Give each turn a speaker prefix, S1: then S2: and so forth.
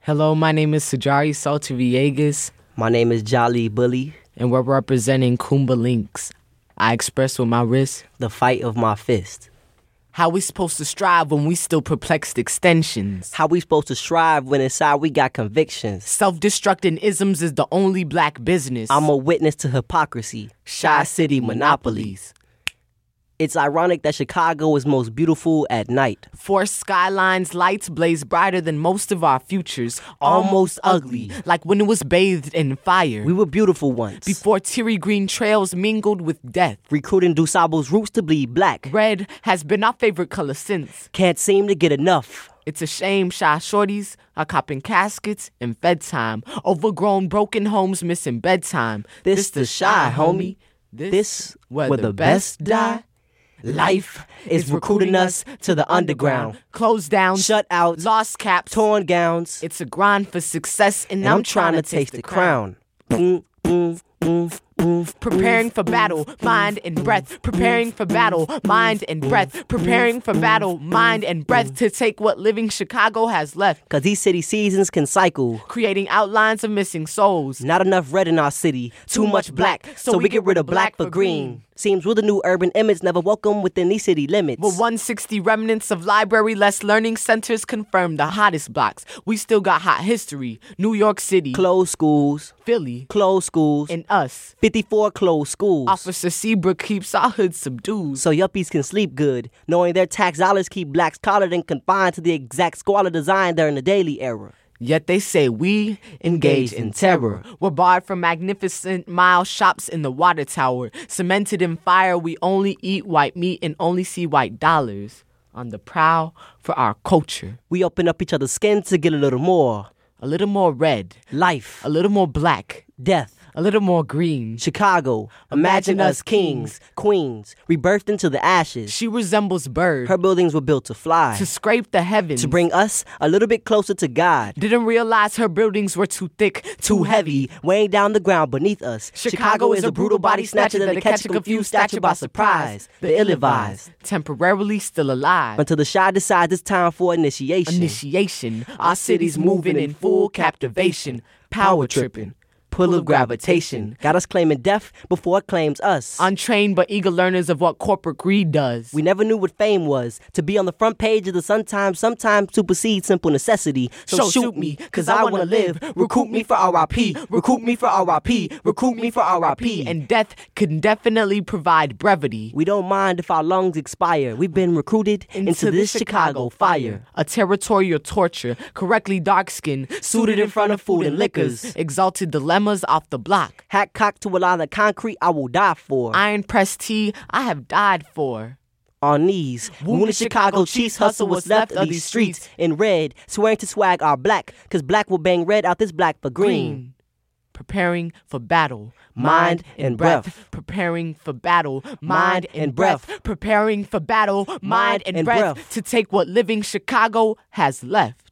S1: Hello, my name is Sajari Saltiviegas,
S2: My name is Jolly Bully.
S1: and we're representing Kumba Links. I express with my wrist
S2: The fight of my fist.
S1: how we supposed to strive when we still perplexed extensions.
S2: How we supposed to strive when inside we got convictions?
S1: Self-destructing isms is the only black business.
S2: I'm a witness to hypocrisy. Shy City Monopoly. It's ironic that Chicago is most beautiful at night.
S1: Four skylines, lights blaze brighter than most of our futures.
S2: Almost ugly.
S1: like when it was bathed in fire.
S2: We were beautiful once.
S1: before teary green trails mingled with death.
S2: Recruiting Dusabo's roots to bleed black.
S1: Red has been our favorite color since.
S2: Can't seem to get enough.
S1: It's a shame shy shorties are copping caskets and fed time. Overgrown broken homes missing bedtime.
S2: This the Chi, homie.
S1: This,
S2: This where the best die. Life is recruiting us to the underground.
S1: Closed down,
S2: Shutouts,
S1: lost caps.
S2: Torn gowns.
S1: It's a grind for success, and,
S2: And I'm trying to taste the crown. Boom, boom, boom, boom.
S1: Preparing for battle, mind and breath. Preparing for battle, mind and breath. Preparing for battle, mind and breath to take what living Chicago has left.
S2: Cause these city seasons can cycle.
S1: Creating outlines of missing souls.
S2: Not enough red in our city, too much black, so we get rid of black for green. Seems we're the new urban image, never welcome within these city limits.
S1: But 160 remnants of library less learning centers confirm the hottest blocks. We still got hot history. New York City,
S2: Closed schools,
S1: Philly,
S2: closed schools,
S1: and us.
S2: 54 closed schools.
S1: Officer Seabrook keeps our hood subdued.
S2: So yuppies can sleep good, knowing their tax dollars keep blacks collared and confined to the exact squalor designed during the daily era.
S1: Yet they say we engage in terror. We're barred from magnificent mile shops in the water tower. Cemented in fire, we only eat white meat and only see white dollars. On the prowl for our culture.
S2: We open up each other's skin to get a little more
S1: A little more red,
S2: life,
S1: a little more black,
S2: death,
S1: a little more green.
S2: Chicago. Imagine us kings, queens, rebirthed into the ashes.
S1: She resembles bird.
S2: Her buildings were built to fly.
S1: to scrape the heavens.
S2: to bring us a little bit closer to God.
S1: Didn't realize her buildings were too thick,
S2: Too heavy, weighing down the ground beneath us.
S1: Chicago, is a brutal body snatcher that'll catch a confused statue by surprise.
S2: The ill-advised.
S1: temporarily still alive.
S2: Until the shy decides it's time for initiation.
S1: Initiation, our city's moving in full captivation. Power tripping, pull of gravitation.
S2: Got us claiming death before it claims us.
S1: Untrained but eager learners of what corporate greed does.
S2: we never knew what fame was. To be on the front page of the Sun Times sometimes supersedes simple necessity. So,
S1: So
S2: shoot,
S1: shoot
S2: me,
S1: me,
S2: cause I wanna live. Recruit me for RIP. Recruit me for RIP. Recruit me for RIP. And
S1: and death can definitely provide brevity.
S2: we don't mind if our lungs expire. We've been recruited into, this Chicago fire.
S1: A territorial torture, correctly dark skinned, suited in front of food and liquors, exalted dilemmas off the block.
S2: Hat cocked to a line of concrete, I will die for.
S1: Iron pressed tea, I have died for.
S2: On knees, wounded Chicago Chiefs hustle what's left of these streets. In red, swearing to swag our black, cause black will bang red out this black for green.
S1: Preparing for battle,
S2: Mind and breath.
S1: Preparing for battle, mind and breath. Preparing for battle, mind and
S2: and
S1: breath.
S2: breath.
S1: To take what living Chicago has left.